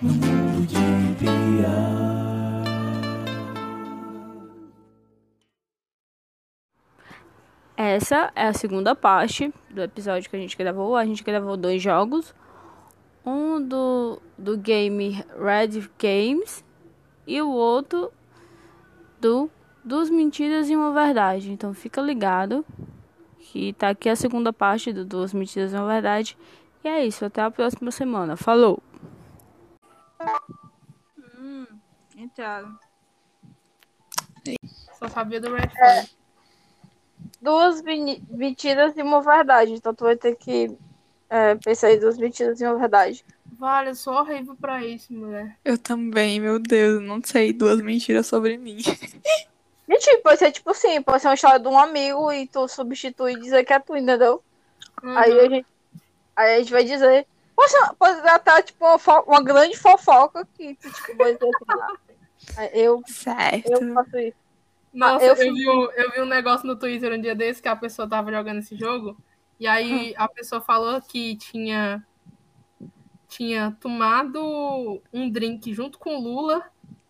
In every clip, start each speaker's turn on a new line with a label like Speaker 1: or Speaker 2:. Speaker 1: no mundo de Pia.
Speaker 2: Essa é a segunda parte do episódio que a gente gravou. A gente gravou dois jogos. Um do, do game Red Games e o outro do Duas Mentiras e Uma Verdade. Então fica ligado que tá aqui a segunda parte do Duas Mentiras e Uma Verdade. E é isso, até a próxima semana. Falou!
Speaker 3: Entraram. Só sabia do
Speaker 4: É.
Speaker 3: Red Flag.
Speaker 5: duas meni- mentiras e uma verdade. Então tu vai ter que é, pensar em duas mentiras e uma verdade.
Speaker 3: Vale, eu sou horrível pra isso, mulher.
Speaker 4: Eu também, meu Deus, não sei duas mentiras sobre mim.
Speaker 5: Mentira, pode ser tipo assim, pode ser uma história de um amigo e tu substitui e dizer que é tu, entendeu?
Speaker 3: Uhum.
Speaker 5: Aí, a gente, aí a gente vai dizer. Pode, ser- pode tratar tipo uma, fo- uma grande fofoca que tu tipo, vai dizer assim, ah, eu, eu
Speaker 4: Certo.
Speaker 5: faço isso.
Speaker 3: Nossa,
Speaker 5: eu
Speaker 3: eu,
Speaker 5: fui-
Speaker 3: vi um, eu vi um negócio no Twitter um dia desse que a pessoa tava jogando esse jogo. E aí a pessoa falou que tinha, tinha tomado um drink junto com o Lula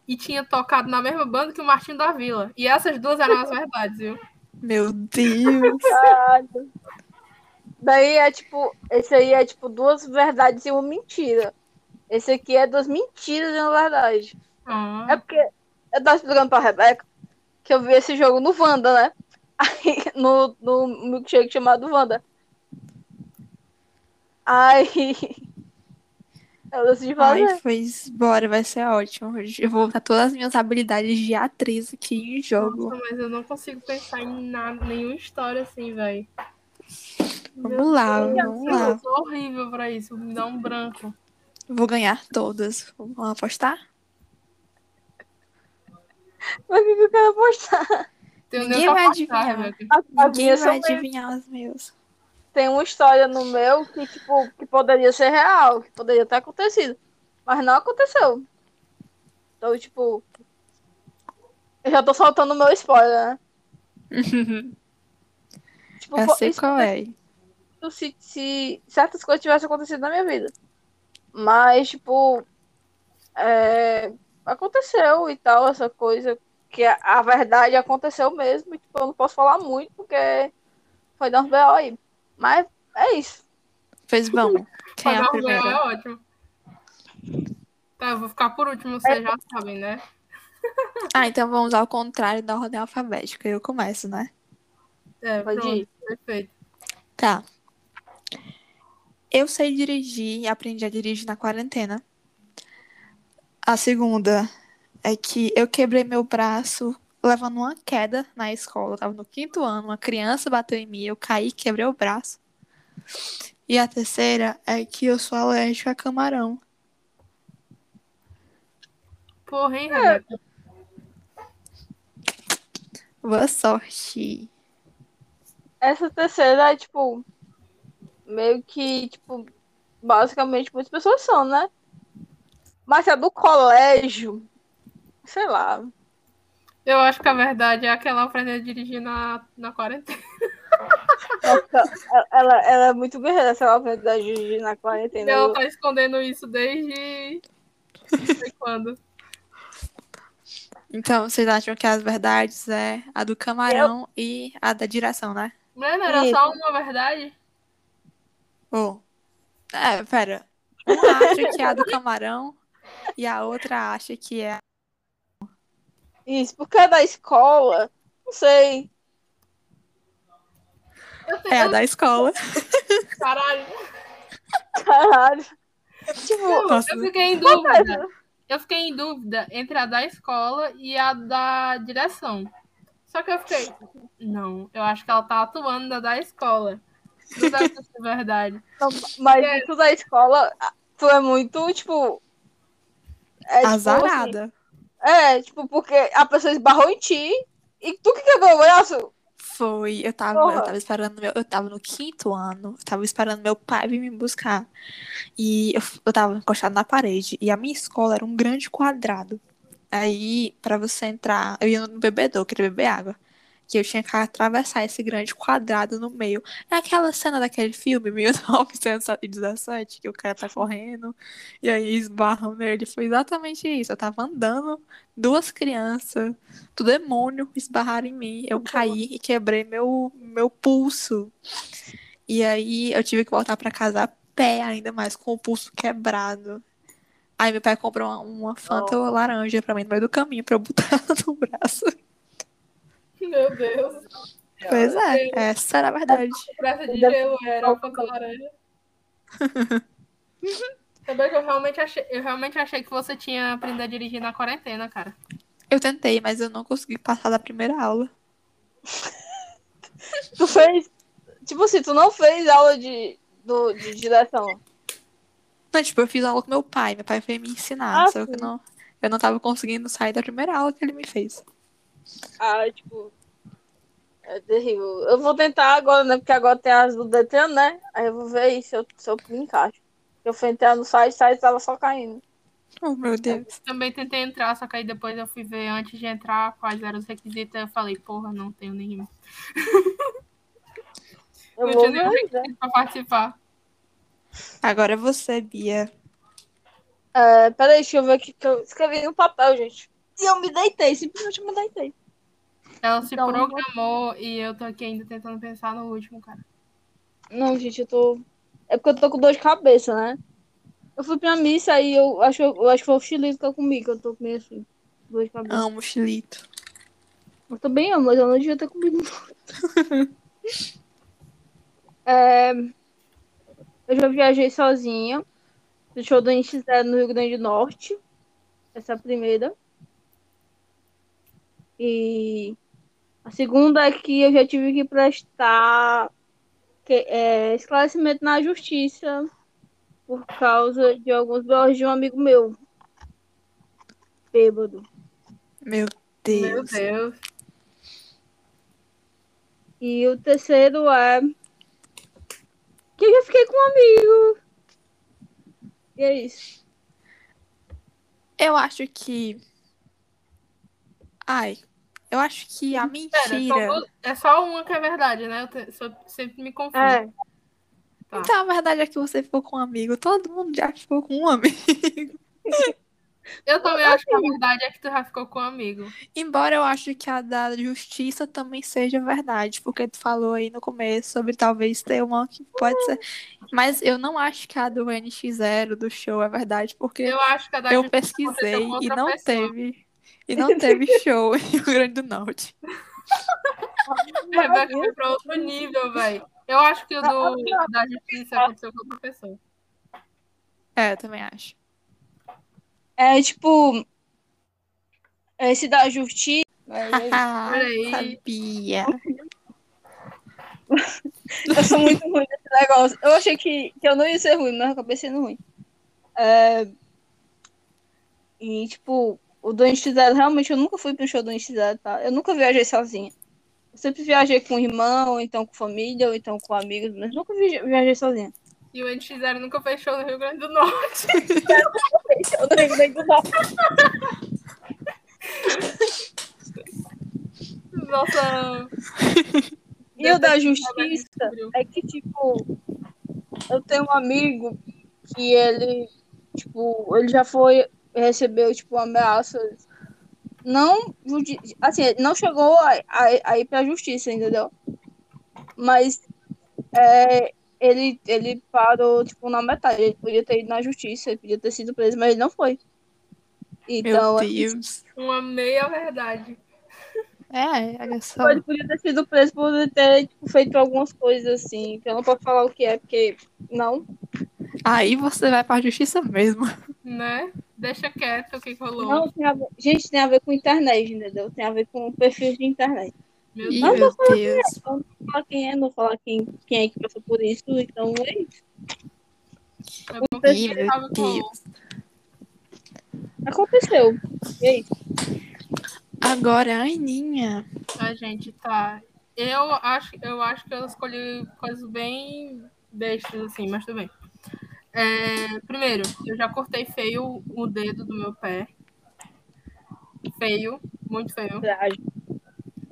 Speaker 3: e tinha tocado na mesma banda que o Martinho da Vila. E essas duas eram as verdades, viu?
Speaker 4: É Meu Deus.
Speaker 5: Daí é tipo, esse aí é tipo duas verdades e uma mentira. Esse aqui é duas mentiras e uma verdade.
Speaker 3: Ah,
Speaker 5: É porque eu tava explicando pra Rebeca que eu vi esse jogo no Wanda, né? Aí, no, no milkshake chamado Wanda. Aí. Eu decidi fazer.
Speaker 4: Ai, pois bora, vai ser ótimo. Eu vou botar todas as minhas habilidades de atriz aqui em jogo.
Speaker 3: nossa, mas eu não consigo pensar em nada, nenhuma história assim, velho.
Speaker 4: Vamos lá, vamos
Speaker 3: Eu
Speaker 4: lá.
Speaker 3: sou horrível pra isso, me dá um branco.
Speaker 4: Vou ganhar todas. Vamos apostar?
Speaker 5: Mas o que que eu quero postar?
Speaker 3: Tenho
Speaker 4: Ninguém
Speaker 3: nem pra
Speaker 4: vai
Speaker 3: postar,
Speaker 4: adivinhar.
Speaker 3: Rebeca.
Speaker 5: A
Speaker 4: Ninguém
Speaker 5: minha
Speaker 4: vai
Speaker 5: são meio-
Speaker 4: adivinhar os meus.
Speaker 5: Tem uma história no meu que, tipo, que poderia ser real, que poderia ter acontecido. Mas não aconteceu. Então, tipo. Eu já tô soltando o meu spoiler, né? Tipo,
Speaker 4: Eu
Speaker 5: po-
Speaker 4: sei
Speaker 5: isso
Speaker 4: qual é.
Speaker 5: tipo, se, se certas coisas tivessem acontecido na minha vida. Mas, tipo, é, aconteceu e tal, essa coisa. Que a, a verdade aconteceu mesmo. E, tipo, eu não posso falar muito porque foi dar um B.O. aí. Mas é isso.
Speaker 4: Pois vamos. Quem é
Speaker 3: Fazer
Speaker 4: a
Speaker 3: uma mulher
Speaker 4: primeira?
Speaker 3: é ótimo. Tá, eu vou ficar por último,
Speaker 5: É.
Speaker 3: vocês já sabem, né?
Speaker 4: Ah, então vamos ao contrário da ordem alfabética. Eu começo, né?
Speaker 3: É,
Speaker 5: Pode
Speaker 3: pronto,
Speaker 5: ir.
Speaker 3: perfeito.
Speaker 4: Tá. Eu sei dirigir e aprendi a dirigir na quarentena. A segunda é que eu quebrei meu braço levando uma queda na escola. Eu tava no quinto ano, uma criança bateu em mim, eu caí, quebrei o braço. E a terceira é que eu sou alérgico a camarão.
Speaker 3: Porra, hein,
Speaker 5: É.
Speaker 3: Rebeca?
Speaker 4: Boa sorte.
Speaker 5: Essa terceira é, tipo, meio que, tipo, basicamente muitas pessoas são, né? Mas é do colégio. Sei lá.
Speaker 3: Eu acho que a verdade é aquela aprender a dirigir na, na quarentena.
Speaker 5: Ela, ela, ela é muito guerreira, essa ela da Gigi na quarentena. né?
Speaker 3: Ela tá escondendo isso desde. Não sei quando.
Speaker 4: Então, vocês acham que as verdades é a do camarão e a da direção, né?
Speaker 3: Mulher, não era
Speaker 5: Isso.
Speaker 3: só uma verdade?
Speaker 4: Oh. É, pera. Uma acha que é a do camarão e a outra acha que é.
Speaker 5: Isso, porque é da escola. Não sei.
Speaker 3: Eu tenho
Speaker 4: É a da escola.
Speaker 3: caralho.
Speaker 5: Caralho.
Speaker 3: Eu,
Speaker 4: Nossa.
Speaker 3: Tipo, eu fiquei em dúvida. Eu fiquei em dúvida entre a da escola e a da direção. Só que eu fiquei. Não, eu acho que ela tá atuando na da escola. Não deve ser verdade.
Speaker 5: Não, mas
Speaker 3: É.
Speaker 5: isso da escola, tu é muito, tipo. É, tipo,
Speaker 4: Azarada.
Speaker 5: assim, é, tipo, porque a pessoa esbarrou em ti e tu que quebrou o braço.
Speaker 4: Foi. Eu tava,
Speaker 5: Porra.
Speaker 4: eu tava esperando meu. Eu tava no quinto ano. Eu tava esperando meu pai vir me buscar. E eu, f- eu tava encostada na parede. E a minha escola era um grande quadrado. Aí, pra você entrar, eu ia no bebedouro, queria beber água. que eu tinha que atravessar esse grande quadrado no meio. É aquela cena daquele filme, 1917, que o cara tá correndo e aí esbarram nele. Foi exatamente isso. Eu tava andando, duas crianças, do demônio, esbarraram em mim. Eu caí e quebrei meu, meu pulso. E aí eu tive que voltar pra casa a pé, ainda mais com o pulso quebrado. Aí meu pai comprou uma, uma Fanta laranja pra mim no meio do caminho pra eu botar no braço.
Speaker 3: Meu Deus.
Speaker 4: Pois é, essa era a verdade.
Speaker 3: Pressa de gelo era o Fanta laranja. Também que eu realmente achei, eu realmente achei que você tinha aprendido a dirigir na quarentena, cara.
Speaker 4: Eu tentei, mas eu não consegui passar da primeira aula.
Speaker 5: Tu fez. Tipo assim, tu não fez aula de, do, de direção.
Speaker 4: Não, tipo, eu fiz aula com meu pai. Meu pai veio me ensinar,
Speaker 5: Ah,
Speaker 4: só que eu não, eu não tava conseguindo sair da primeira aula que ele me fez.
Speaker 5: Ah, tipo. É terrível. Eu vou tentar agora, né? Porque agora tem as do Detran, né? Aí eu vou ver aí se eu, se eu me encaixo. Eu fui entrar no site, o site tava só caindo.
Speaker 4: Oh, meu Deus.
Speaker 3: Também tentei entrar, só que aí depois eu fui ver antes de entrar quais eram os requisitos. Aí eu falei, porra, não tenho nenhum.
Speaker 5: Eu
Speaker 3: não
Speaker 5: vou
Speaker 3: tinha nenhum
Speaker 5: ver. né?
Speaker 3: requisito pra participar.
Speaker 4: Agora é você, Bia.
Speaker 5: É, peraí, deixa eu ver aqui que eu escrevi no papel, gente. E eu me deitei, simplesmente me deitei.
Speaker 3: Ela se
Speaker 5: Então, eu
Speaker 3: programou e eu tô aqui ainda tentando pensar no último, cara.
Speaker 5: Não, gente, eu tô. É porque eu tô com dor de cabeça, né? Eu fui pra missa aí eu acho, eu acho que foi o xilito que eu comi, que eu tô meio assim. Dor de cabeça.
Speaker 4: Amo chilito.
Speaker 5: Eu também amo, mas eu não devia ter comido um É, Eu já viajei sozinha. Do show do NX Zero no Rio Grande do Norte. Essa é a primeira. E a segunda é que eu já tive que prestar que- é, esclarecimento na justiça por causa de alguns BOs de um amigo meu. Bêbado.
Speaker 4: Meu
Speaker 3: Meu
Speaker 4: Deus.
Speaker 3: Deus.
Speaker 5: E o terceiro é. Que eu já fiquei com um amigo. E é isso.
Speaker 4: Eu acho que. Ai. Eu acho que a
Speaker 3: Pera, só
Speaker 4: mentira.
Speaker 3: vou- é só uma que é verdade, né? Eu te- só- sempre me confundo.
Speaker 5: É.
Speaker 3: tá.
Speaker 4: Então a verdade é que você ficou com um amigo. Todo mundo já ficou com um amigo.
Speaker 3: Eu também acho que a
Speaker 5: assim.
Speaker 3: verdade é que tu já ficou com um amigo.
Speaker 4: Embora eu acho que a da justiça também seja verdade, porque tu falou aí no começo sobre talvez ter uma que pode ser. Mas eu não acho que a do NX0 do show é verdade, porque
Speaker 3: Eu acho que a da
Speaker 4: eu
Speaker 3: Ju-
Speaker 4: pesquisei
Speaker 3: com
Speaker 4: e
Speaker 3: outra
Speaker 4: não
Speaker 3: pessoa.
Speaker 4: teve. E não teve show em Rio Grande do Norte.
Speaker 3: é, vai ficar pra outro nível, velho. Eu acho que o do, da justiça aconteceu com outra pessoa.
Speaker 4: É, eu também acho.
Speaker 5: É tipo. Esse da Justi.
Speaker 4: Haha,
Speaker 3: Peraí.
Speaker 4: Ah, sabia.
Speaker 5: Eu sou muito ruim nesse negócio. Eu achei que, que eu não ia ser ruim, mas eu acabei sendo ruim. É, E, tipo, o do NX Zero, realmente eu nunca fui pro show do NX Zero, tá? Eu nunca viajei sozinha. Eu sempre viajei com irmão, ou então com família, ou então com amigos, mas nunca vi- viajei sozinha.
Speaker 3: E o NX0 nunca fechou no Rio Grande do Norte.
Speaker 5: Eu não lembro nem do nome.
Speaker 3: Nossa.
Speaker 5: E o da
Speaker 3: Depende
Speaker 5: justiça
Speaker 3: do trabalho
Speaker 5: é que, tipo, eu tenho um amigo que ele, tipo, ele já foi, recebeu, tipo, ameaças. Não, judi- assim, ele não chegou a, a, a ir pra justiça, entendeu? Mas é, ele, ele parou, tipo, na metade. Ele podia ter ido na justiça, ele podia ter sido preso, mas ele não foi. Então,
Speaker 4: Meu Deus.
Speaker 3: Uma meia verdade.
Speaker 4: É, olha só.
Speaker 5: Ele podia ter sido preso por ter tipo, feito algumas coisas assim, que eu não posso falar o que é, porque não.
Speaker 4: Aí você vai pra justiça mesmo.
Speaker 3: Né? Deixa quieto o que que rolou.
Speaker 5: não tem a ver- Gente, tem a ver com internet, entendeu? Tem a ver com perfil de internet.
Speaker 3: Meu
Speaker 4: Ih,
Speaker 3: Deus.
Speaker 4: Meu Deus.
Speaker 5: Não falar quem é, não falar quem, quem é que passou por isso, então é isso.
Speaker 3: É bom que
Speaker 4: Ih,
Speaker 3: ele
Speaker 4: meu
Speaker 3: tava com-
Speaker 4: Deus.
Speaker 5: Aconteceu. E é isso.
Speaker 4: Agora, Aninha.
Speaker 3: A gente tá. Eu acho, eu acho que eu escolhi coisas bem bestas, assim, mas tudo bem. É, primeiro, eu já cortei feio o dedo do meu pé. Feio, muito feio.
Speaker 5: Trágico.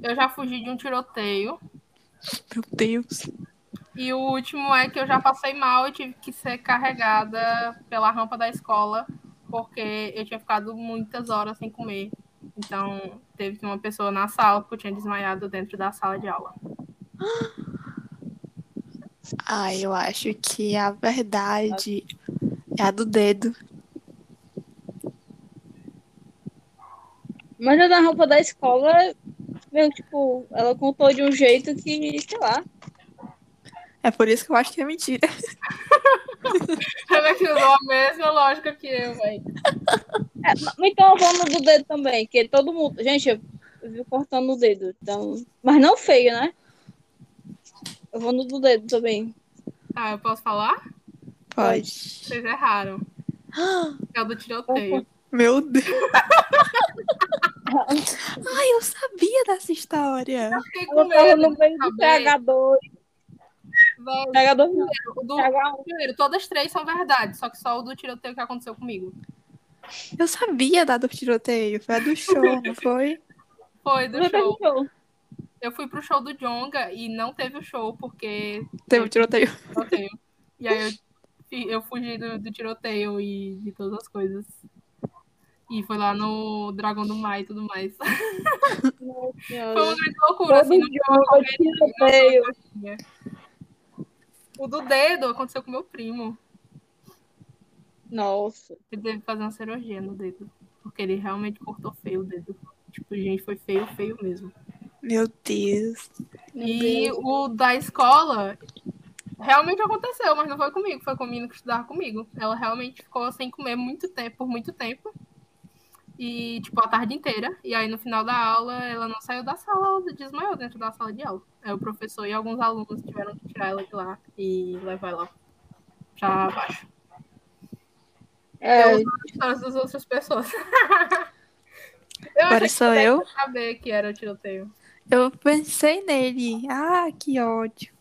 Speaker 3: eu já fugi de um tiroteio.
Speaker 4: Meu Deus.
Speaker 3: E o último é que eu já passei mal e tive que ser carregada pela rampa da escola, porque eu tinha ficado muitas horas sem comer. Então, teve que uma pessoa na sala, porque eu tinha desmaiado dentro da sala de aula.
Speaker 4: Ah, eu acho que a verdade é a do dedo.
Speaker 5: Mas a da roupa da escola, meu, tipo, ela contou de um jeito que, sei lá.
Speaker 4: É por isso que eu acho que é mentira.
Speaker 3: Ela que usou a mesma lógica que eu, velho.
Speaker 5: É, ma- então vamos do dedo também, que todo mundo. Gente, eu eu vi cortando o dedo, então. Mas não feio, né? Eu vou no do dedo também.
Speaker 3: Ah, eu posso falar?
Speaker 4: Pode.
Speaker 3: Vocês erraram. É o do tiroteio.
Speaker 4: Meu Deus. Ai, eu sabia dessa história.
Speaker 3: Fiquei com
Speaker 5: Eu tava
Speaker 3: medo. né?
Speaker 5: no meio do PH2,
Speaker 3: Véi,
Speaker 5: PH2
Speaker 3: o do
Speaker 5: PH1.
Speaker 3: primeiro, todas três são verdade, só que só o do tiroteio que aconteceu comigo.
Speaker 4: Eu sabia da do tiroteio. Foi a do show, não foi?
Speaker 3: Foi do
Speaker 5: Não teve
Speaker 3: show.
Speaker 5: show.
Speaker 3: Eu fui pro show do Jonga e não teve o show, porque
Speaker 4: Teve o tiroteio.
Speaker 3: tiroteio. E aí eu, fi- eu fugi do, do tiroteio e de todas as coisas. E foi lá no Dragão do Mar e tudo mais. Foi
Speaker 5: Meu
Speaker 3: uma
Speaker 5: Deus.
Speaker 3: grande loucura,
Speaker 5: Todo
Speaker 3: assim. não-
Speaker 5: jogo, tiroteio.
Speaker 3: O do dedo aconteceu com meu primo.
Speaker 5: Nossa.
Speaker 3: Ele teve que fazer uma cirurgia no dedo. Porque ele realmente cortou feio o dedo. Tipo, gente, foi feio, feio mesmo.
Speaker 4: Meu Deus.
Speaker 5: Meu
Speaker 3: E
Speaker 5: Deus.
Speaker 3: o da escola realmente aconteceu, mas não foi comigo, foi com a menina que estudava comigo. Ela realmente ficou sem comer muito tempo, por muito tempo. E, tipo, a tarde inteira. E aí, no final da aula, ela não saiu da sala, ela desmaiou dentro da sala de aula. Aí o professor e alguns alunos tiveram que tirar ela de lá e levar ela pra baixo.
Speaker 5: É,
Speaker 3: As histórias das outras pessoas. Eu
Speaker 4: Agora
Speaker 3: achei
Speaker 4: sou eu.
Speaker 3: que saber que era o tiroteio.
Speaker 4: Eu pensei nele. Ah, que ódio.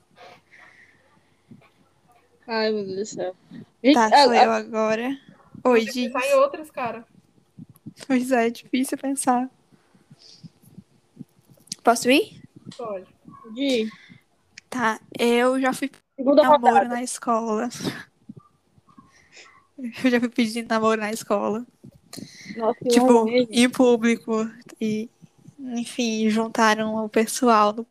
Speaker 5: ai, meu Deus do céu. é,
Speaker 4: Tá,
Speaker 5: Gente,
Speaker 4: sou
Speaker 5: a-
Speaker 4: eu agora. Oi,
Speaker 3: Tem que
Speaker 4: Diz.
Speaker 3: pensar em outras, cara.
Speaker 4: Pois é, é difícil pensar. Posso ir?
Speaker 3: Pode.
Speaker 5: a- é, de
Speaker 4: Tá, eu já fui
Speaker 5: segunda
Speaker 4: namoro
Speaker 5: rodada.
Speaker 4: na escola. Eu já fui pedindo namoro na escola.
Speaker 5: Nossa, que
Speaker 4: tipo,
Speaker 5: horror.
Speaker 4: em público. E, enfim, juntaram o pessoal no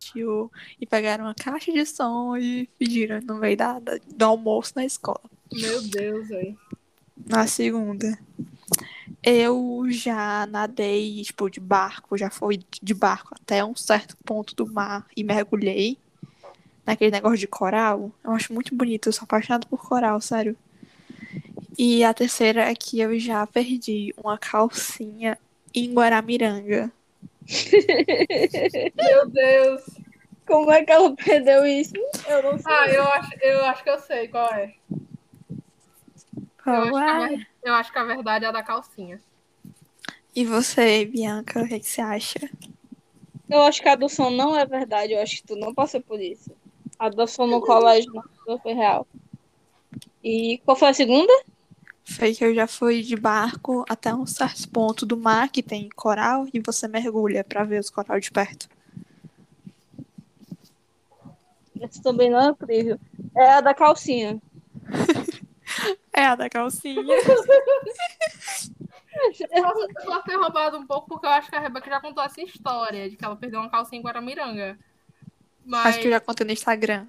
Speaker 4: tio e pegaram uma caixa de som e pediram no meio da, da- do almoço na escola.
Speaker 3: Meu Deus, velho.
Speaker 4: Na segunda. Eu já nadei, tipo, de barco, já fui de barco até um certo ponto do mar e mergulhei naquele negócio de coral. Eu acho muito bonito, eu sou apaixonada por coral, sério. E a terceira é que eu já perdi uma calcinha em Guaramiranga.
Speaker 3: Meu Deus.
Speaker 5: Como é que ela perdeu isso? Eu não sei.
Speaker 3: Ah, eu acho, eu acho que eu sei qual é. Eu acho, que a,
Speaker 4: Ué.
Speaker 3: ver- eu acho que a verdade é a da calcinha.
Speaker 4: E você, Bianca, o que, que você acha?
Speaker 5: Eu acho que a adoção não é verdade, eu acho que tu não passou por isso. A adoção no colégio não não foi real. E qual foi a segunda?
Speaker 4: Foi que eu já fui de barco até um certo ponto do mar que tem coral e você mergulha pra ver os coral de perto.
Speaker 5: Essa também não é incrível. É a da calcinha.
Speaker 4: É a da calcinha.
Speaker 3: Posso, eu posso ter roubado um pouco, porque eu acho que a Rebeca já contou essa história de que ela perdeu uma calcinha em Guaramiranga. Mas
Speaker 4: Acho que eu já contei no Instagram.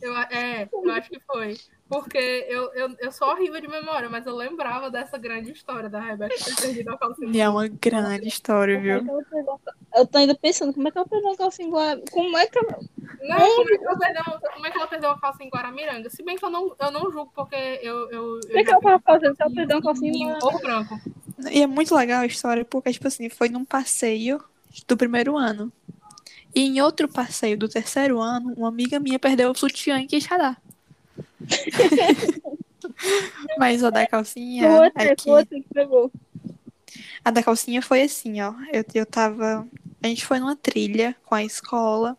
Speaker 3: eu, é, eu acho que foi. Porque eu, eu, eu sou horrível de memória, mas eu lembrava dessa grande história da Rebeca ter perdido a
Speaker 4: E
Speaker 3: calcinha.
Speaker 4: é uma grande história,
Speaker 5: Como é
Speaker 4: viu?
Speaker 5: que ela pegou a cal- Eu tô ainda pensando, como é que ela pegou a calcinha? em Guara- Como é que ela...
Speaker 3: Não, como é, que ela perdeu, como é que ela perdeu a calcinha em Guaramiranga? Se bem que eu não, eu não julgo, porque eu. eu,
Speaker 5: Como é
Speaker 3: eu
Speaker 5: que ela tava fazendo se ela perdeu uma calcinha? em Guara-
Speaker 3: Ou branco.
Speaker 4: E é muito legal a história, porque, tipo assim, foi num passeio do primeiro ano. E em outro passeio do terceiro ano, uma amiga minha perdeu o sutiã em Quixadá. Mas a da calcinha.
Speaker 5: Foi outra,
Speaker 4: é que-
Speaker 5: foi outra que pegou.
Speaker 4: A da calcinha foi assim, ó. Eu, eu tava. A gente foi numa trilha com a escola.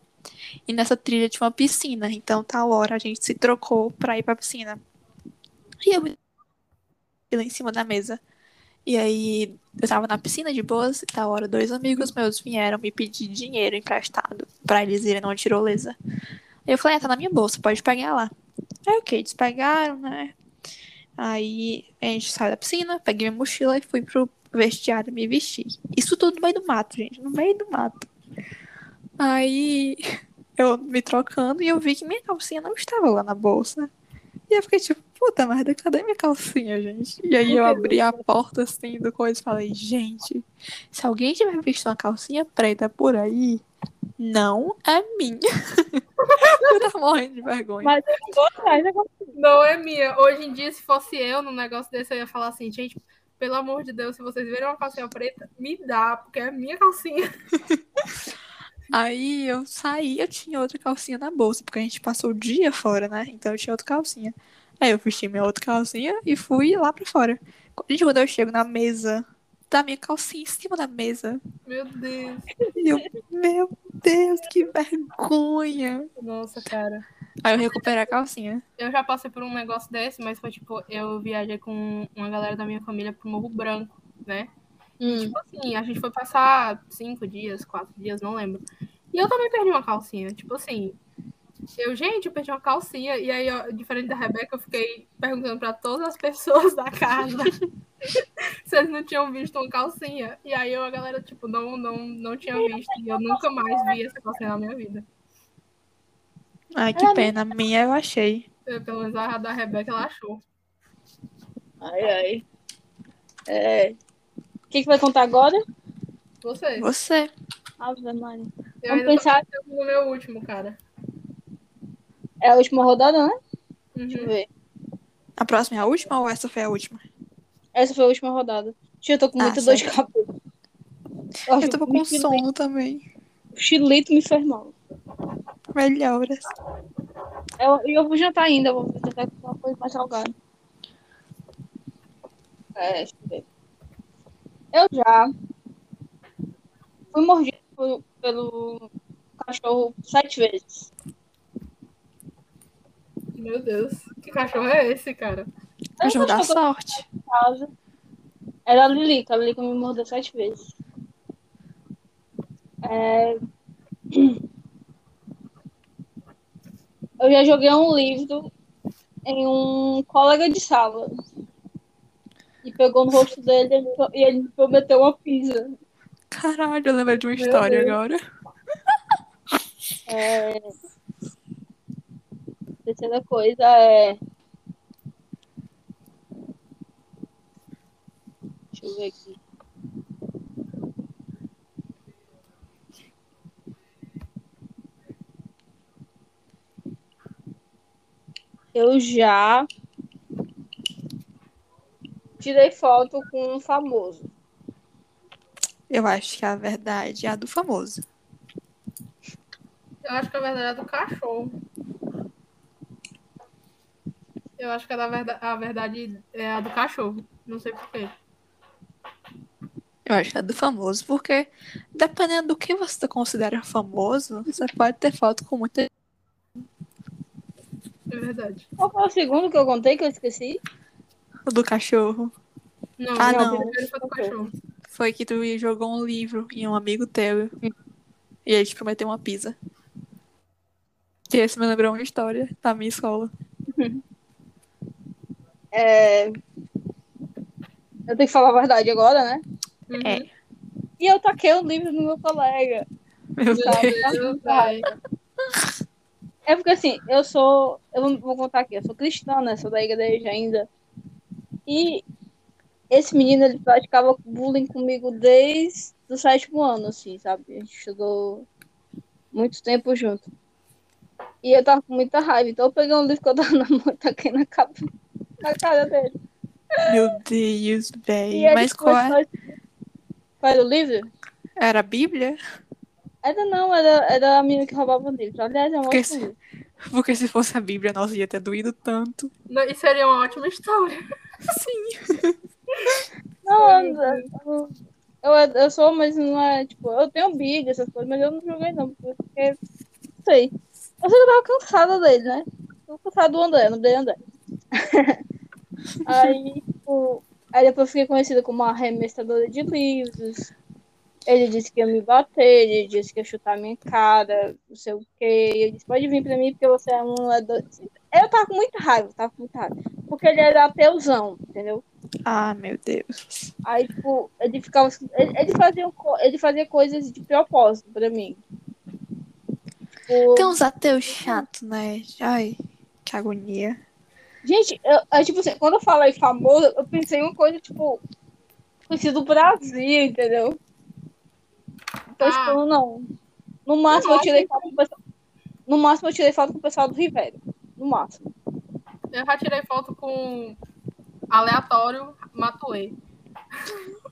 Speaker 4: E nessa trilha tinha uma piscina. Então, tal hora, a gente se trocou pra ir pra piscina. E eu. me- lá em cima da mesa. E aí eu tava na piscina de boas e tal hora dois amigos meus vieram me pedir dinheiro emprestado pra eles irem numa tirolesa. Aí eu falei, ah, tá na minha bolsa, pode pegar lá. Aí ok, eles pegaram, né? Aí a gente saiu da piscina, peguei minha mochila e fui pro vestiário me vestir. Isso tudo no meio do mato, gente, no meio do mato. Aí eu me trocando e eu vi que minha calcinha não estava lá na bolsa. E eu fiquei tipo, puta merda, cadê minha calcinha, gente? E aí eu abri a porta assim do coisa e falei, gente, se alguém tiver visto uma calcinha preta por aí, não é minha. eu tava morrendo de vergonha.
Speaker 5: Mas eu não vou atrás da calcinha.
Speaker 3: Não é minha. Hoje em dia, se fosse eu num negócio desse, eu ia falar assim, gente, pelo amor de Deus, se vocês verem uma calcinha preta, me dá, porque é minha calcinha.
Speaker 4: Aí eu saí, eu tinha outra calcinha na bolsa, porque a gente passou o dia fora, né? Então eu tinha outra calcinha. Aí eu vesti minha outra calcinha e fui lá pra fora. Gente, quando eu chego na mesa, tá minha calcinha em cima da mesa.
Speaker 3: Meu Deus.
Speaker 4: E eu, meu Deus, que vergonha.
Speaker 3: Nossa, cara.
Speaker 4: Aí eu recuperei a calcinha.
Speaker 3: Eu já passei por um negócio desse, mas foi tipo, eu viajei com uma galera da minha família pro Morro Branco, né? E,
Speaker 4: Hum.
Speaker 3: tipo assim, a gente foi passar cinco dias, quatro dias, não lembro. E eu também perdi uma calcinha. Tipo assim, eu, gente, eu perdi uma calcinha. E aí, ó, diferente da Rebeca, eu fiquei perguntando pra todas as pessoas da casa se eles não tinham visto uma calcinha. E aí eu, a galera, tipo, não, não, não tinha visto. E eu nunca mais vi essa calcinha na minha vida.
Speaker 4: Ai, que
Speaker 5: Ah,
Speaker 4: pena. A minha eu achei.
Speaker 3: Eu, pelo menos a da Rebeca, ela achou.
Speaker 5: Ai, ai. É. O que, que vai contar agora?
Speaker 3: Vocês.
Speaker 4: Você.
Speaker 5: Ave Maria.
Speaker 3: Eu ainda
Speaker 5: Vamos pensar.
Speaker 3: tô pensando no meu último, cara.
Speaker 5: É a última rodada, né? Deixa eu
Speaker 3: Uhum.
Speaker 5: ver.
Speaker 4: A próxima é a última ou essa foi a última?
Speaker 5: Essa foi a última rodada. Tia, eu tô com
Speaker 4: Ah,
Speaker 5: muita dor de cabeça. acho
Speaker 4: Eu tava
Speaker 5: que
Speaker 4: com
Speaker 5: o chile-
Speaker 4: sono também.
Speaker 5: O chilito me fez mal.
Speaker 4: Melhoras.
Speaker 5: Eu, e eu vou jantar ainda, vou tentar comer uma coisa mais salgada. É, deixa eu ver. Eu já fui mordido por- pelo cachorro sete vezes.
Speaker 3: Meu Deus. Que cachorro é esse, cara?
Speaker 5: Eu
Speaker 4: Cachorro da
Speaker 5: acho que eu tô
Speaker 4: sorte.
Speaker 5: em casa. Era a Lilica, a Lilica me mordeu sete vezes. É, Eu já joguei um livro em um colega de sala. E pegou no rosto dele e ele- e ele prometeu uma pizza.
Speaker 4: Caralho, eu lembrei de uma
Speaker 5: Meu
Speaker 4: história
Speaker 5: Deus.
Speaker 4: agora.
Speaker 5: Terceira coisa é. Deixa eu ver aqui. Eu já tirei foto com um famoso.
Speaker 4: Eu acho que a verdade é a do famoso.
Speaker 3: Eu acho que a verdade é do cachorro. Eu acho que a, da verda- a verdade é a do cachorro. Não sei porquê.
Speaker 4: Eu acho que é a do famoso, porque dependendo do que você considera famoso, você pode ter foto com muita.
Speaker 3: É verdade.
Speaker 5: Qual foi o segundo que eu contei que eu esqueci?
Speaker 4: do cachorro.
Speaker 3: Não,
Speaker 4: Ah,
Speaker 3: não.
Speaker 4: não.
Speaker 3: o primeiro foi do cachorro.
Speaker 4: Foi que tu jogou um livro em um amigo teu e ele te prometeu uma pizza. E esse me lembrou uma história da minha escola.
Speaker 5: Eu É, tenho que falar a verdade agora, né?
Speaker 3: Uhum.
Speaker 4: É.
Speaker 5: E eu taquei o livro no meu colega.
Speaker 4: Meu Deus.
Speaker 3: Meu Deus, véi.
Speaker 5: É porque assim, eu sou. Eu vou- vou contar aqui, eu sou cristã, né? Sou da igreja ainda. E esse menino, ele praticava bullying comigo desde o sétimo ano, assim, sabe? A gente estudou muito tempo junto. E eu tava com muita raiva, então eu peguei um livro que eu tava na mão, e taquei na, capa, na cara dele.
Speaker 4: Meu Deus,
Speaker 5: E
Speaker 4: véi.
Speaker 5: ele
Speaker 4: Mas qual é?
Speaker 5: começou a- Qual era o livro?
Speaker 4: era a Bíblia?
Speaker 5: Era não, era, era a menina que roubava o livro. Aliás, é um
Speaker 4: Porque
Speaker 5: ótimo
Speaker 4: se-
Speaker 5: livro.
Speaker 4: Porque se fosse a Bíblia, nossa, ia ter doído tanto.
Speaker 3: Não, Isso seria uma ótima história.
Speaker 4: Sim.
Speaker 5: Não, eu, eu, eu sou, mas não é, tipo, eu tenho big, essas coisas, mas eu não joguei não, porque, não sei. Eu sei que eu tava cansada dele, né? Eu tava cansada do André, não dei André. Aí, tipo, Aí depois eu fiquei conhecida como uma arremessadora de livros. Ele disse que ia me bater, ele disse que ia chutar minha cara, não sei o quê. Ele disse, pode vir pra mim porque você é um adolescente. Eu tava com muita raiva, tava com muita raiva. Porque ele era ateuzão, entendeu?
Speaker 4: Ah, meu Deus.
Speaker 5: Aí, tipo, ele ficava. Ele, ele fazia, um co- ele fazia coisas de propósito pra mim. Tipo,
Speaker 3: Então-
Speaker 4: Tem uns ateus chato, né? Ai, que agonia.
Speaker 5: Gente, eu, é, tipo assim, quando eu falei famoso, eu pensei em uma coisa, tipo, conhecido do Brasil, entendeu? Então,
Speaker 3: Ah.
Speaker 5: tipo, não. No máximo eu
Speaker 3: acho
Speaker 5: tirei foto com o pessoal. No máximo eu tirei foto com o pessoal do Ribeiro. No máximo.
Speaker 3: Eu já tirei foto com aleatório, Matuei.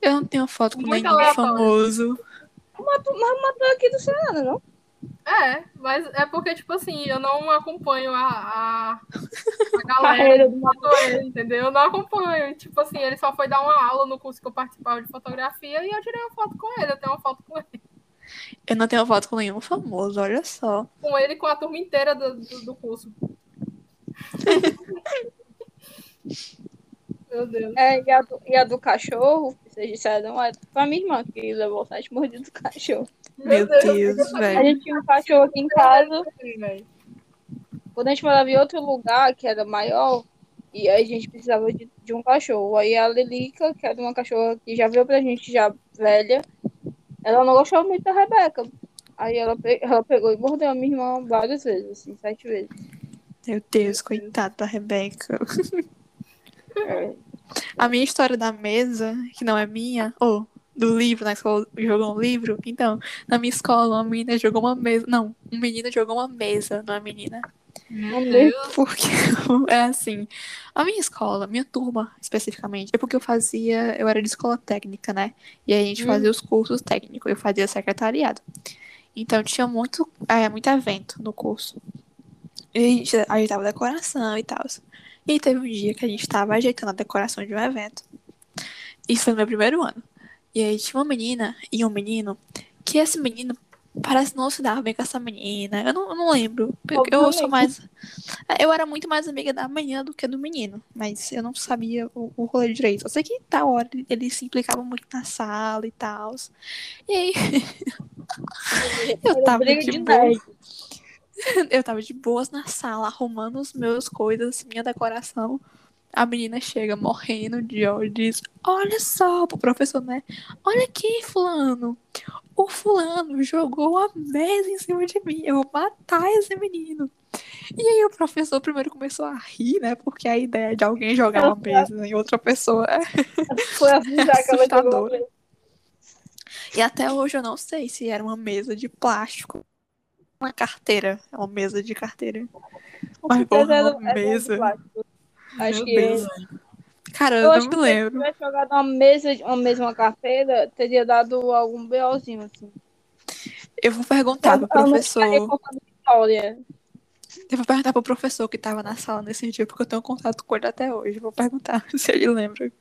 Speaker 4: Eu não tenho foto com
Speaker 3: Muito
Speaker 4: nenhum
Speaker 3: aleatório.
Speaker 4: famoso.
Speaker 5: Mas mas matou aqui do Senado, não?
Speaker 3: É, mas é porque, tipo assim, eu não acompanho a, a, a galera
Speaker 5: Carreira do Mato.
Speaker 3: Matuei, entendeu? Eu não acompanho. Tipo assim, ele só foi dar uma aula no curso que eu participava de fotografia e eu tirei uma foto com ele. Eu tenho uma foto com ele,
Speaker 4: Eu não tenho foto com nenhum famoso, olha só.
Speaker 3: com ele e com a turma inteira do, do, do curso. Meu Deus.
Speaker 5: É, e a, do, e a do cachorro, que vocês disseram, é pra minha irmã que levou o site mordido do cachorro.
Speaker 4: Meu Deus,
Speaker 5: A
Speaker 4: velho.
Speaker 5: gente tinha um cachorro aqui em casa.
Speaker 3: assim, velho.
Speaker 5: Quando a gente morava em outro lugar, que era maior, e aí a gente precisava de, de um cachorro. Aí a Lilica, que era uma cachorra que já veio pra gente já velha, ela não gostava muito da Rebeca. Aí ela, pe- ela pegou e mordeu a minha irmã várias vezes, assim, sete vezes.
Speaker 4: Meu Deus, coitada da Rebeca.
Speaker 5: É.
Speaker 4: A minha história da mesa, que não é minha, ou do livro, na escola jogou um livro. Então, na minha escola, uma menina jogou uma mesa. Não, um menino jogou uma mesa, não é menina. Hum,
Speaker 3: Meu Deus.
Speaker 4: Porque é assim, a minha escola, minha turma especificamente, é porque eu fazia, eu era de escola técnica, né? E aí a gente fazia os cursos técnicos, eu fazia secretariado. Então tinha muito, é, muito evento no curso. E a gente ajeitava a decoração e tal. E aí teve um dia que a gente tava ajeitando a decoração de um evento. Isso foi no meu primeiro ano. E aí tinha uma menina e um menino, que esse menino parece não se dar bem com essa menina. Eu não, eu não lembro. porque Eu sou
Speaker 5: Obviamente.
Speaker 4: mais. é, Eu era muito mais amiga da manhã do que do menino, mas eu não sabia o, o rolê direito. Eu sei que tal hora ele se implicava muito na sala e tal. E aí. eu tava
Speaker 5: briga
Speaker 4: de,
Speaker 5: um de
Speaker 4: boa.
Speaker 5: nerd.
Speaker 4: Eu tava de boas na sala, arrumando os meus coisas, assim, minha decoração. A menina chega morrendo de ódio e diz: Olha só, pro professor, né? Olha aqui, fulano. O fulano jogou a mesa em cima de mim. Eu vou matar esse menino. E aí o professor primeiro começou a rir, né? Porque a ideia de alguém jogar uma mesa em outra pessoa é
Speaker 5: Foi avisar que ela
Speaker 4: Assustador.
Speaker 5: jogou. uma-
Speaker 4: E até hoje eu não sei se era uma mesa de plástico. Uma carteira. É uma mesa de carteira.
Speaker 5: O
Speaker 4: Mas,
Speaker 5: que
Speaker 4: porra,
Speaker 5: era-
Speaker 4: uma
Speaker 5: era de
Speaker 4: mesa.
Speaker 5: plástico.
Speaker 3: Meu
Speaker 5: Acho que
Speaker 4: Deus. Cara, eu,
Speaker 5: Eu acho
Speaker 4: não
Speaker 5: que
Speaker 4: me
Speaker 5: se eu
Speaker 4: lembro.
Speaker 5: tivesse jogado uma mesa, uma mesa, uma carteira, teria dado algum BOzinho, assim.
Speaker 4: Eu vou perguntar pro
Speaker 5: Eu- eu Então, não ficaria
Speaker 4: Tá, professor.
Speaker 5: contando história.
Speaker 4: Eu vou perguntar pro professor que tava na sala nesse dia, porque eu tenho contato com ele até hoje. Eu Vou perguntar se ele lembra.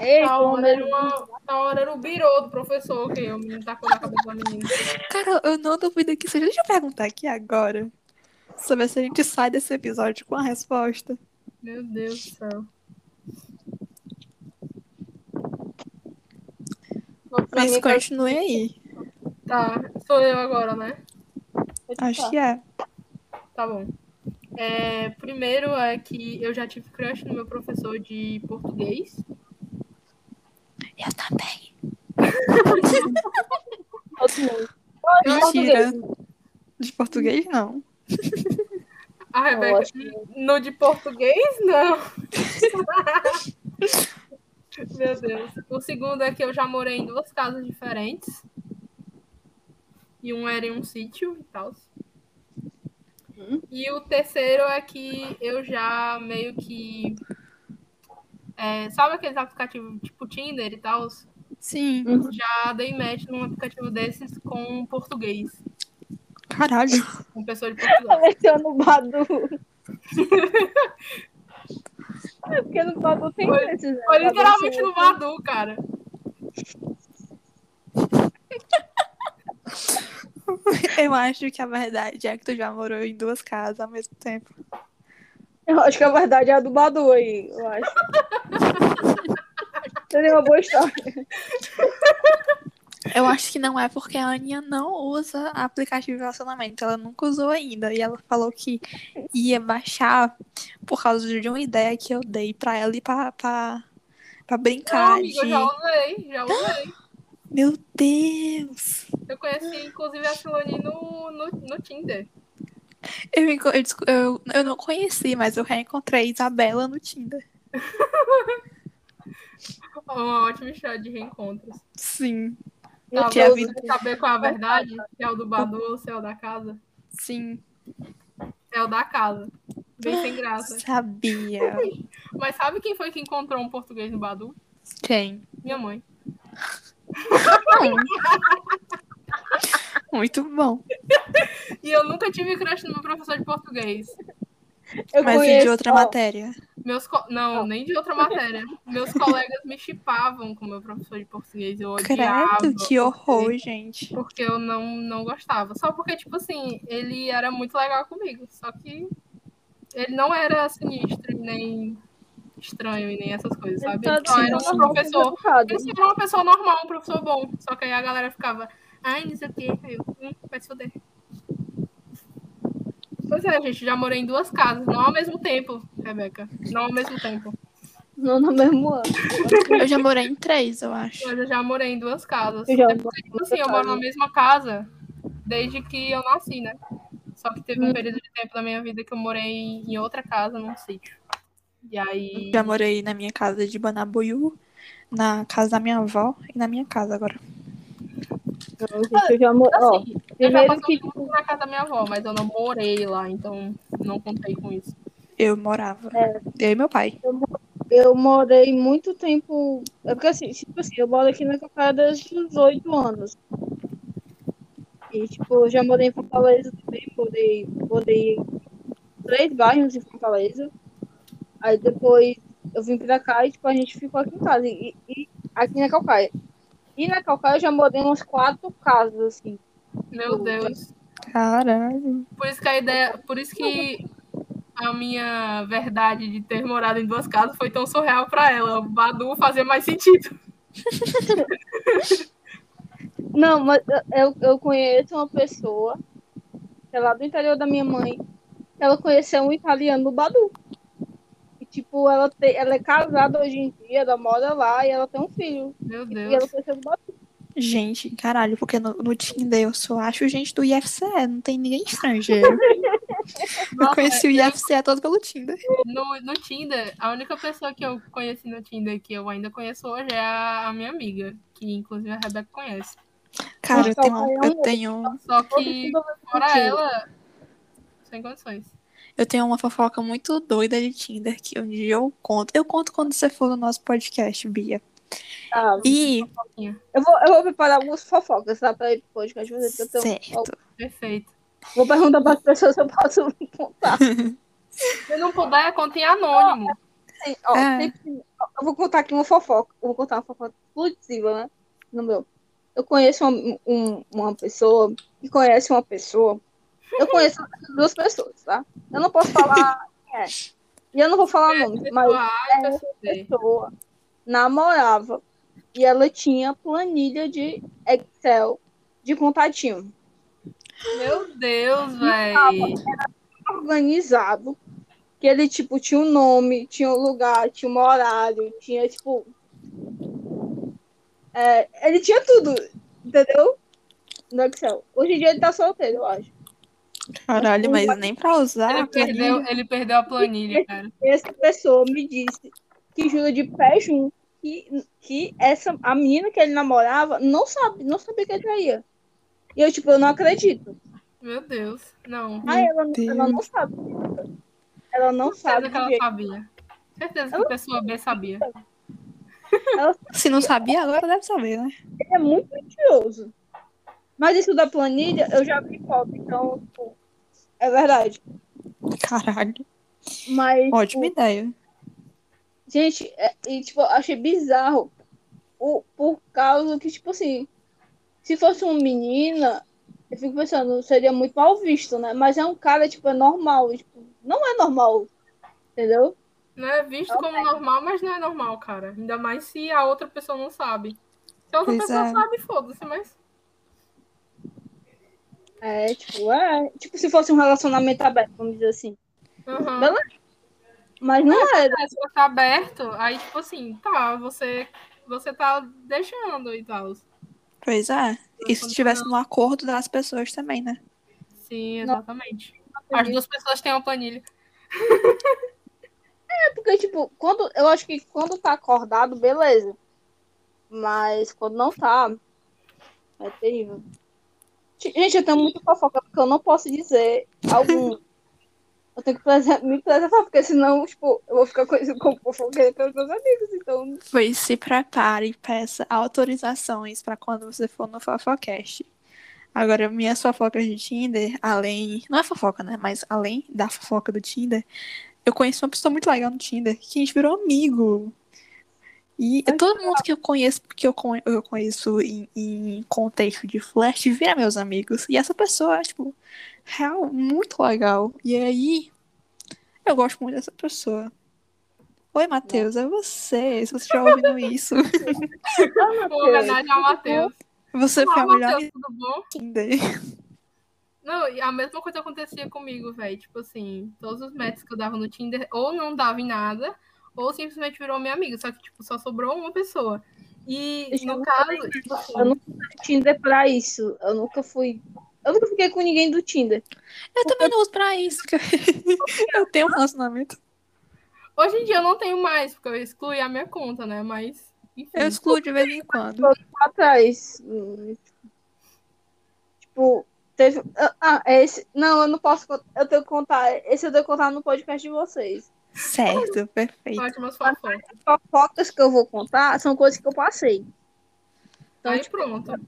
Speaker 5: Ei,
Speaker 3: Na
Speaker 5: como
Speaker 3: hora,
Speaker 5: ele
Speaker 3: era Tá uma, na hora era o birô do professor, que o menino tacou na cabeça da menina.
Speaker 4: Cara, eu não duvido que seja. Deixa eu perguntar aqui agora. Saber se a gente sai desse episódio com a resposta.
Speaker 3: Meu Deus do céu.
Speaker 5: Pra
Speaker 4: Mas é
Speaker 5: mim,
Speaker 4: continue aí.
Speaker 3: Tá, sou eu agora, né?
Speaker 5: pode
Speaker 4: Acho
Speaker 5: falar.
Speaker 4: que é.
Speaker 3: Tá bom. É, primeiro é que eu já tive crush no meu professor de português.
Speaker 4: Eu também.
Speaker 5: Todo mundo.
Speaker 4: Mentira. De português, não.
Speaker 3: A Rebeca,
Speaker 5: acho que-
Speaker 3: no de português, não. meu Deus. O segundo é que eu já morei em duas casas diferentes. E um era em um sítio e tal. E o terceiro é que eu já meio que. é, sabe aqueles aplicativos tipo Tinder e tal?
Speaker 4: Sim.
Speaker 3: Já dei match num aplicativo desses com português.
Speaker 4: Caralho.
Speaker 3: Com pessoa de Portugal.
Speaker 5: Apareceu no Badu. é porque no Badu tem
Speaker 3: Foi-
Speaker 5: esses. né?
Speaker 3: Foi
Speaker 5: Badu
Speaker 3: literalmente
Speaker 5: tem
Speaker 3: no
Speaker 5: esses.
Speaker 3: Badu, cara.
Speaker 4: Eu acho que a verdade é que tu já morou em duas casas ao mesmo tempo.
Speaker 5: Eu acho que a verdade é a do Badu aí, eu acho. Seria uma boa história.
Speaker 4: Eu acho que não é porque a Aninha não usa aplicativo de relacionamento. Ela nunca usou ainda. E ela falou que ia baixar por causa de uma ideia que eu dei pra ela e pra, pra, pra
Speaker 3: Não,
Speaker 4: brincar.
Speaker 3: amigo, eu
Speaker 4: de...
Speaker 3: já usei, já usei.
Speaker 4: Meu Deus!
Speaker 3: Eu conheci, inclusive, a Silone no, no, no Tinder.
Speaker 4: Eu, enco- eu, desco- eu, eu não conheci, mas eu reencontrei a Isabela no Tinder.
Speaker 3: Uma ótima história um de reencontros.
Speaker 4: Sim,
Speaker 3: Tá,
Speaker 4: Que a
Speaker 3: vou
Speaker 4: vida-
Speaker 3: saber qual é a verdade? Se é o do Badu, se é o da casa?
Speaker 4: sim,
Speaker 3: É o da casa. Bem sem graça.
Speaker 4: sabia.
Speaker 3: Mas sabe quem foi que encontrou um português no Badu?
Speaker 4: Quem?
Speaker 3: Minha mãe.
Speaker 4: Muito bom.
Speaker 3: E eu nunca tive crush no meu professor de português.
Speaker 5: Eu
Speaker 4: Mas e de
Speaker 5: conheço-
Speaker 4: outra
Speaker 5: ó,
Speaker 4: matéria.
Speaker 3: Meus co- Não, nem de outra matéria. Meus colegas me chipavam com o meu professor de português. Eu odiava.
Speaker 4: Credo, que horror, gente.
Speaker 3: Porque eu não, não gostava. Só porque, tipo assim, ele era muito legal comigo. Só que ele não era sinistro, e nem estranho e nem essas coisas, sabe?
Speaker 5: Tá,
Speaker 3: Então era
Speaker 5: sim,
Speaker 3: um
Speaker 5: sim.
Speaker 3: professor.
Speaker 5: Educado.
Speaker 3: Ele era uma pessoa normal, um professor bom. Só que aí a galera ficava, ai, não sei o quê. Aí eu, hum, vai se foder. Pois é, gente, já morei em duas casas, não ao mesmo tempo, Rebeca. Não ao mesmo tempo.
Speaker 5: Não no mesmo ano.
Speaker 4: Eu já morei em três, eu acho.
Speaker 3: Mas eu já morei em duas casas.
Speaker 5: Eu já
Speaker 3: Depois,
Speaker 5: morei em
Speaker 3: tipo
Speaker 5: duas
Speaker 3: assim, eu moro na
Speaker 5: casas.
Speaker 3: mesma casa desde que eu nasci, né? Só que
Speaker 5: Uhum.
Speaker 3: teve um período de tempo da minha vida que eu morei em outra casa, num sítio. E aí.
Speaker 4: Já morei na minha casa de Banabuiú, na casa da minha avó e na minha casa agora.
Speaker 5: Não, gente, eu já mo- ó,
Speaker 3: Assim, eu já
Speaker 5: primeiro
Speaker 3: passei
Speaker 5: que
Speaker 3: muito na casa da minha avó, mas eu não morei lá, então não contei com isso.
Speaker 4: Eu morava. Eu e meu pai.
Speaker 5: eu morei muito tempo. É porque assim, tipo assim, eu moro aqui na Cacá desde os oito anos. E tipo, eu já morei em Fortaleza também, morei, morei em três bairros em Fortaleza. Aí depois eu vim pra cá e tipo, a gente ficou aqui em casa. E, e aqui na Calcaia. E na Calcaia eu já morei em umas quatro casas, assim.
Speaker 3: Meu Deus.
Speaker 4: Caralho.
Speaker 3: Por isso que a ideia. Por isso que a minha verdade de ter morado em duas casas foi tão surreal pra ela. O Badu fazia mais sentido.
Speaker 5: Não, mas eu, eu conheço uma pessoa, que é lá do interior da minha mãe, que ela conheceu um italiano no Badu. E, tipo, ela, te, ela é casada hoje em dia, ela mora lá e ela tem um filho.
Speaker 3: Meu
Speaker 5: E
Speaker 3: Deus.
Speaker 5: ela conheceu no Badu.
Speaker 4: Gente, caralho, porque no, no Tinder eu só acho gente do IFCE, não tem ninguém estrangeiro. eu conheci o IFCE todo pelo Tinder.
Speaker 3: No, no Tinder, a única pessoa que eu conheci no Tinder que eu ainda conheço hoje é a, a minha amiga, que inclusive a Rebeca conhece.
Speaker 4: Cara, eu
Speaker 5: Nossa, é
Speaker 4: tenho,
Speaker 5: um-
Speaker 4: eu tenho,
Speaker 3: Só
Speaker 5: Todo
Speaker 3: que,
Speaker 5: mundo vai
Speaker 3: fora
Speaker 5: curtir.
Speaker 3: ela, sem condições.
Speaker 4: eu tenho uma fofoca muito doida de Tinder que um dia eu conto. Eu conto quando você for no nosso podcast, Bia.
Speaker 5: Tá,
Speaker 4: E,
Speaker 5: eu, vou, eu vou preparar algumas fofocas, tá? Pra ir pro podcast, fazer, porque eu tenho-
Speaker 4: certo,
Speaker 3: Perfeito.
Speaker 5: Vou perguntar para as pessoas se eu posso contar.
Speaker 3: Se não puder, contem anônimo.
Speaker 5: Sim, ó,
Speaker 4: É.
Speaker 5: sempre- ó, eu vou contar aqui uma fofoca. Eu vou contar uma fofoca exclusiva, né? No meu. Eu conheço um- um- uma pessoa que conhece uma pessoa. Eu conheço duas pessoas, tá? Eu não posso falar quem é. E eu não vou
Speaker 3: Ah,
Speaker 5: falar nome, mas
Speaker 3: Pessoa A e pessoa
Speaker 5: a
Speaker 3: B.
Speaker 5: pessoa namorava e ela tinha planilha de Excel de contatinho
Speaker 3: Meu Deus, velho.
Speaker 5: organizado. Que ele, tipo, tinha um nome, tinha um lugar, tinha um horário, tinha, tipo, é, Ele tinha tudo, entendeu? No Excel. Hoje em dia ele tá solteiro, eu acho.
Speaker 4: caralho, mas nem pra usar.
Speaker 3: Ele
Speaker 4: a planilha.
Speaker 3: perdeu, ele perdeu a planilha, cara.
Speaker 5: E essa pessoa me disse que jura de pé junto que, que essa, a menina que ele namorava não sabe, não sabia que ele traía. E eu, tipo, eu não acredito.
Speaker 3: Meu Deus. Não.
Speaker 5: Ah, ela, não-
Speaker 4: Deus.
Speaker 5: ela não sabe. Ela não sabe.
Speaker 3: Certeza que
Speaker 5: de
Speaker 3: ela
Speaker 5: jeito.
Speaker 3: sabia. Certeza que a pessoa B sabia.
Speaker 4: Se não sabia, agora deve saber, né?
Speaker 5: Ele é muito mentiroso. Mas isso da planilha, eu já vi foto, então, tipo, é verdade.
Speaker 4: Caralho,
Speaker 5: Mas. tipo,
Speaker 4: ótima ideia.
Speaker 5: Gente, é- e tipo, eu achei bizarro. O, por causa que, tipo assim, se fosse uma menina, eu fico pensando, seria muito mal visto, né? Mas é um cara, tipo, é normal. Tipo, não é normal. Entendeu?
Speaker 3: Não é visto como normal, mas não é normal, cara. Ainda mais se a outra pessoa não sabe. Se a outra
Speaker 4: Pois
Speaker 3: pessoa
Speaker 4: é.
Speaker 3: sabe, foda-se, mas.
Speaker 5: É, tipo, é. Tipo, se fosse um relacionamento aberto, vamos dizer assim.
Speaker 3: Aham.
Speaker 5: Beleza. Mas não é.
Speaker 3: É, se tá aberto, aí tipo assim, tá, você, você tá deixando e tal.
Speaker 4: Pois é. E se tivesse no acordo das pessoas também, né?
Speaker 3: Sim, exatamente. As duas pessoas têm uma planilha.
Speaker 5: Porque, tipo, quando. Eu acho que quando tá acordado, beleza. Mas quando não tá. É terrível. Ti- Gente, eu tenho muito fofoca porque eu não posso dizer algum. Eu tenho que prese- me preservar, porque senão, tipo, eu vou ficar com esse com fofoqueiro pelos meus amigos. Então,
Speaker 4: Pois se prepare e peça autorizações pra quando você for no Fofocast. Agora, minhas fofocas de Tinder, além. Não é fofoca, né? Mas além da fofoca do Tinder, eu conheço uma pessoa muito legal no Tinder que a gente virou amigo. E É todo mundo que eu conheço, que eu, con- eu conheço em, em contexto de flash, vira meus amigos. E essa pessoa é, tipo, real, muito legal. E aí, eu gosto muito dessa pessoa. Oi, Matheus, é você. Se você estiver ouvindo isso,
Speaker 3: Uma homenagem ao Matheus.
Speaker 4: você foi a
Speaker 3: Ah,
Speaker 4: melhor
Speaker 3: Matheus, tudo bom?
Speaker 4: Tinder.
Speaker 3: Não, e a mesma coisa acontecia comigo, velho. Tipo assim, todos os matches que eu dava no Tinder ou não dava em nada, ou simplesmente virou minha amiga. Só que, tipo, só sobrou uma pessoa. E
Speaker 5: Deixa eu
Speaker 3: no
Speaker 5: ver
Speaker 3: caso, tipo assim,
Speaker 5: eu nunca fui no Tinder pra isso. Eu nunca fui. Eu nunca fiquei com ninguém do Tinder.
Speaker 4: Eu também não uso pra isso. que Eu tenho um relacionamento.
Speaker 3: hoje em dia eu não tenho mais, porque eu excluí a minha conta, né? Mas, enfim.
Speaker 4: Eu excluo de vez em quando.
Speaker 5: atrás. hum, Tipo, teve. Ah, é esse. Não, eu não posso. cont- Eu tenho que contar. Esse eu devo contar no podcast de vocês.
Speaker 4: Certo, perfeito.
Speaker 3: Ótimas fofocas.
Speaker 5: As fofocas que eu vou contar são coisas que eu passei. Então,
Speaker 3: Aí
Speaker 5: tipo,
Speaker 3: pronto.
Speaker 5: eu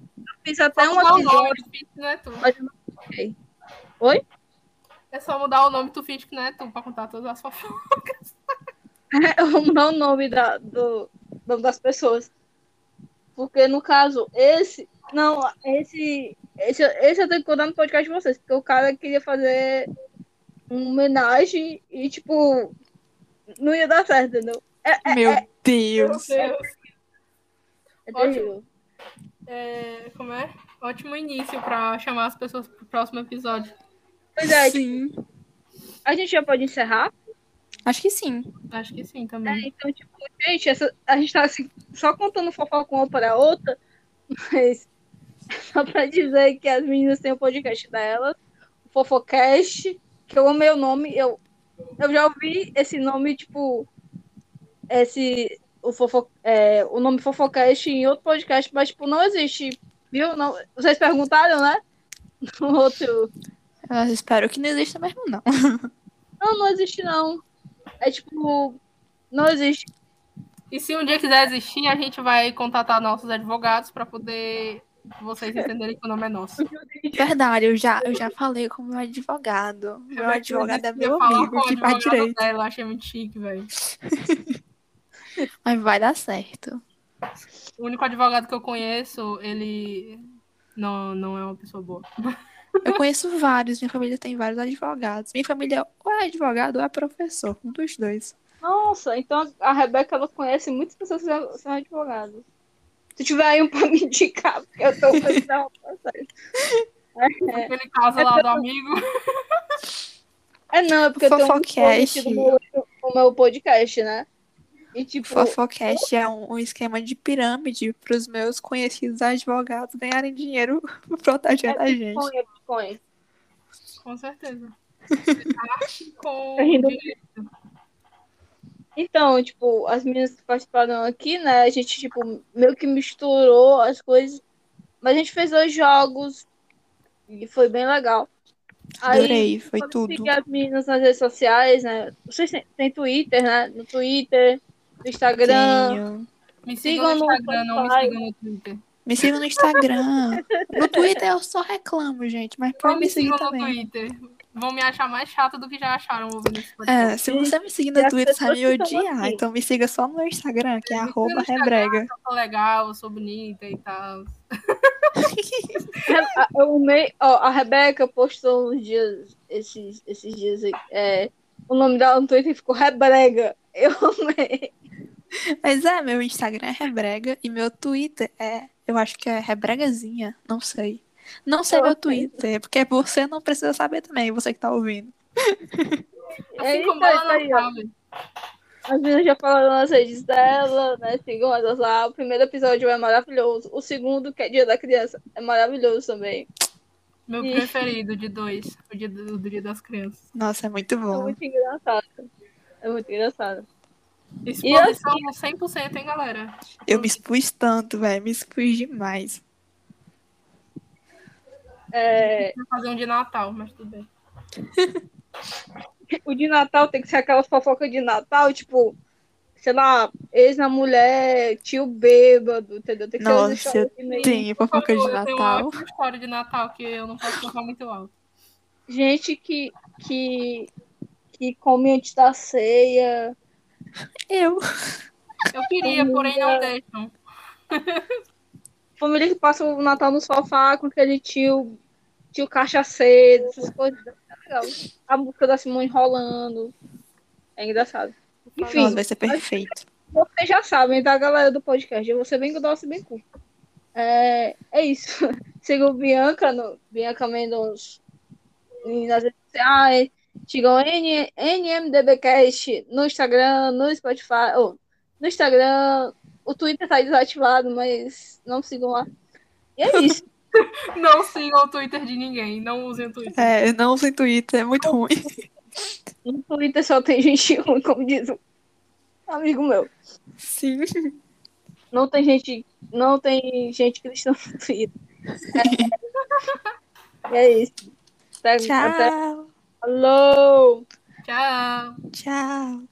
Speaker 5: fiz até um
Speaker 3: Mudar o nome
Speaker 5: episódio.
Speaker 3: do feat que não é tu.
Speaker 5: Oi?
Speaker 3: É só mudar o nome do feat que não é tu pra contar todas as fofocas.
Speaker 5: Eu vou mudar é o nome da, do, nome das pessoas. Porque no caso, esse. Não, esse. Esse, esse eu tenho que contar no podcast de vocês. Porque o cara queria fazer uma homenagem e, tipo, não ia dar certo, entendeu?
Speaker 4: Meu Deus.
Speaker 5: É
Speaker 3: Ótimo.
Speaker 5: terrível.
Speaker 3: É, como é? Ótimo início pra chamar as pessoas pro próximo episódio.
Speaker 5: Pois é,
Speaker 4: Sim.
Speaker 5: a gente já pode encerrar.
Speaker 4: Acho que sim.
Speaker 3: Acho que sim
Speaker 5: né?
Speaker 3: também.
Speaker 5: Então, tipo, gente, essa, a gente tá assim, só contando fofoca uma para a outra, mas só pra dizer que as meninas têm o podcast delas, o Fofocast, que eu amei o nome, eu, eu já ouvi esse nome, tipo, esse, o, fofo, é, o nome Fofocast em outro podcast, mas, tipo, não existe, viu? Não, vocês perguntaram, né? No outro...
Speaker 4: Eu espero que não exista mesmo, não.
Speaker 5: Não, não existe, não. É tipo. Não existe.
Speaker 3: E se um dia quiser existir, a gente vai contatar nossos advogados pra poder vocês entenderem que o nome é nosso.
Speaker 4: Verdade, eu já, eu já falei com meu advogado. Meu advogado é meu amigo, que faz direito.
Speaker 3: Dela, eu achei muito chique, velho.
Speaker 4: Mas vai dar certo.
Speaker 3: O único advogado que eu conheço, ele não, não é uma pessoa boa.
Speaker 4: Eu conheço vários, minha família tem vários advogados. Minha família ou é advogado ou é professor, um dos dois.
Speaker 5: Nossa, então a Rebeca ela conhece muitas pessoas que são- são advogadas. Se tiver aí um pra me indicar, porque eu tô pensando.
Speaker 3: Aquele caso lá do amigo.
Speaker 5: É não, é porque eu tenho muito
Speaker 4: Fofocast.
Speaker 5: conhecido o meu- o meu podcast, né? E
Speaker 4: O
Speaker 5: tipo,
Speaker 4: Fofocast é um, um esquema de pirâmide para os meus conhecidos advogados ganharem dinheiro protegendo a gente.
Speaker 5: Bitcoin, é Bitcoin.
Speaker 3: Com certeza. Arte
Speaker 5: Tá rindo.
Speaker 3: com
Speaker 5: Então, tipo, as meninas que participaram aqui, né? A gente, tipo, meio que misturou as coisas. Mas a gente fez dois jogos e foi bem legal. Aí,
Speaker 4: Adorei, foi
Speaker 5: Pode
Speaker 4: tudo.
Speaker 5: Seguir as meninas nas redes sociais, né? Vocês têm, têm Twitter, né? No Twitter, no Instagram.
Speaker 4: Tenho.
Speaker 3: Me sigam no
Speaker 5: Sigam no
Speaker 3: Instagram, não me
Speaker 5: Spotify.
Speaker 3: sigam no Twitter.
Speaker 4: Me sigam no Instagram. No Twitter eu só reclamo, gente, mas
Speaker 3: Não
Speaker 4: pode
Speaker 3: me
Speaker 4: me seguir
Speaker 3: sigam no
Speaker 4: também.
Speaker 3: Twitter. Vão me achar mais chata do que já acharam ouvindo esse podcast.
Speaker 4: É, se você me seguir
Speaker 5: E
Speaker 4: no
Speaker 5: as
Speaker 4: Twitter, você vai me
Speaker 5: pessoas que estão
Speaker 4: odiar.
Speaker 5: aqui.
Speaker 4: Então me siga só no Instagram, que é arroba
Speaker 3: Instagram.
Speaker 4: rebrega.
Speaker 3: Eu sou legal, eu sou bonita e tal. Assim
Speaker 5: A- Eu amei. Ó, a Rebeca postou uns dias, esses, esses dias aí, é, O nome dela no Twitter ficou Rebrega. Eu amei.
Speaker 4: Mas é, meu Instagram é Rebrega e meu Twitter é. Eu acho que é Rebregazinha, não sei. Não sei
Speaker 5: Eu
Speaker 4: meu
Speaker 5: aceito.
Speaker 4: Twitter, porque você não precisa saber também, você que tá ouvindo.
Speaker 3: Assim
Speaker 5: É
Speaker 3: como
Speaker 5: isso aí, tá
Speaker 3: ela
Speaker 5: aí,
Speaker 3: não
Speaker 5: ó.
Speaker 3: sabe.
Speaker 5: As meninas já falaram nas redes dela, né? Sigam elas lá. O primeiro episódio é maravilhoso. O segundo, que é Dia da Criança, é maravilhoso também.
Speaker 3: Meu
Speaker 5: Ih.
Speaker 3: preferido de dois, o dia do, do Dia das Crianças.
Speaker 4: Nossa, é muito
Speaker 5: É
Speaker 4: bom.
Speaker 5: muito engraçado. É muito engraçado.
Speaker 3: Exposição 100%, hein, galera?
Speaker 4: Eu me expus tanto, velho. Me expus demais.
Speaker 5: É,
Speaker 3: Vou fazer um de Natal, mas tudo bem.
Speaker 4: Um
Speaker 5: o de Natal tem que ser aquelas fofocas de Natal, tipo, sei lá, ex na mulher, tio bêbado, entendeu? Tem que
Speaker 4: Nossa,
Speaker 5: ser umas histórias assim meio-
Speaker 4: Tem
Speaker 3: Por
Speaker 4: fofoca de
Speaker 3: favor, eu tenho uma
Speaker 4: Natal.
Speaker 3: ótima história de Natal que eu não posso contar muito alto.
Speaker 5: Gente que, que, que come antes da ceia.
Speaker 4: Eu.
Speaker 3: Eu queria, porém não deixam.
Speaker 5: Família que passa o Natal no sofá com aquele tio, tio cachaceiro, essas coisas. É legal. A música da Simone rolando. É engraçado. Enfim,
Speaker 4: Nossa, vai ser perfeito.
Speaker 5: vocês já sabem, tá, galera do podcast? Eu vou ser bem grossa e bem curta. É, é isso. Sigam Bianca, no, Bianca Mendonça nas redes sociais. Sigam N, NMDBcast no Instagram, no Spotify. Oh, no Instagram, o Twitter tá desativado, mas não sigam lá. E é isso.
Speaker 3: Não sigam o Twitter de ninguém, não usem o Twitter.
Speaker 4: É, não sem Twitter, é muito ruim.
Speaker 5: No Twitter só tem gente ruim, como diz um amigo meu.
Speaker 4: Sim.
Speaker 5: Não tem gente, não tem gente cristã no Twitter. É, é isso. Até, até
Speaker 4: Tchau.
Speaker 5: Alô!
Speaker 3: Tchau!
Speaker 4: Tchau.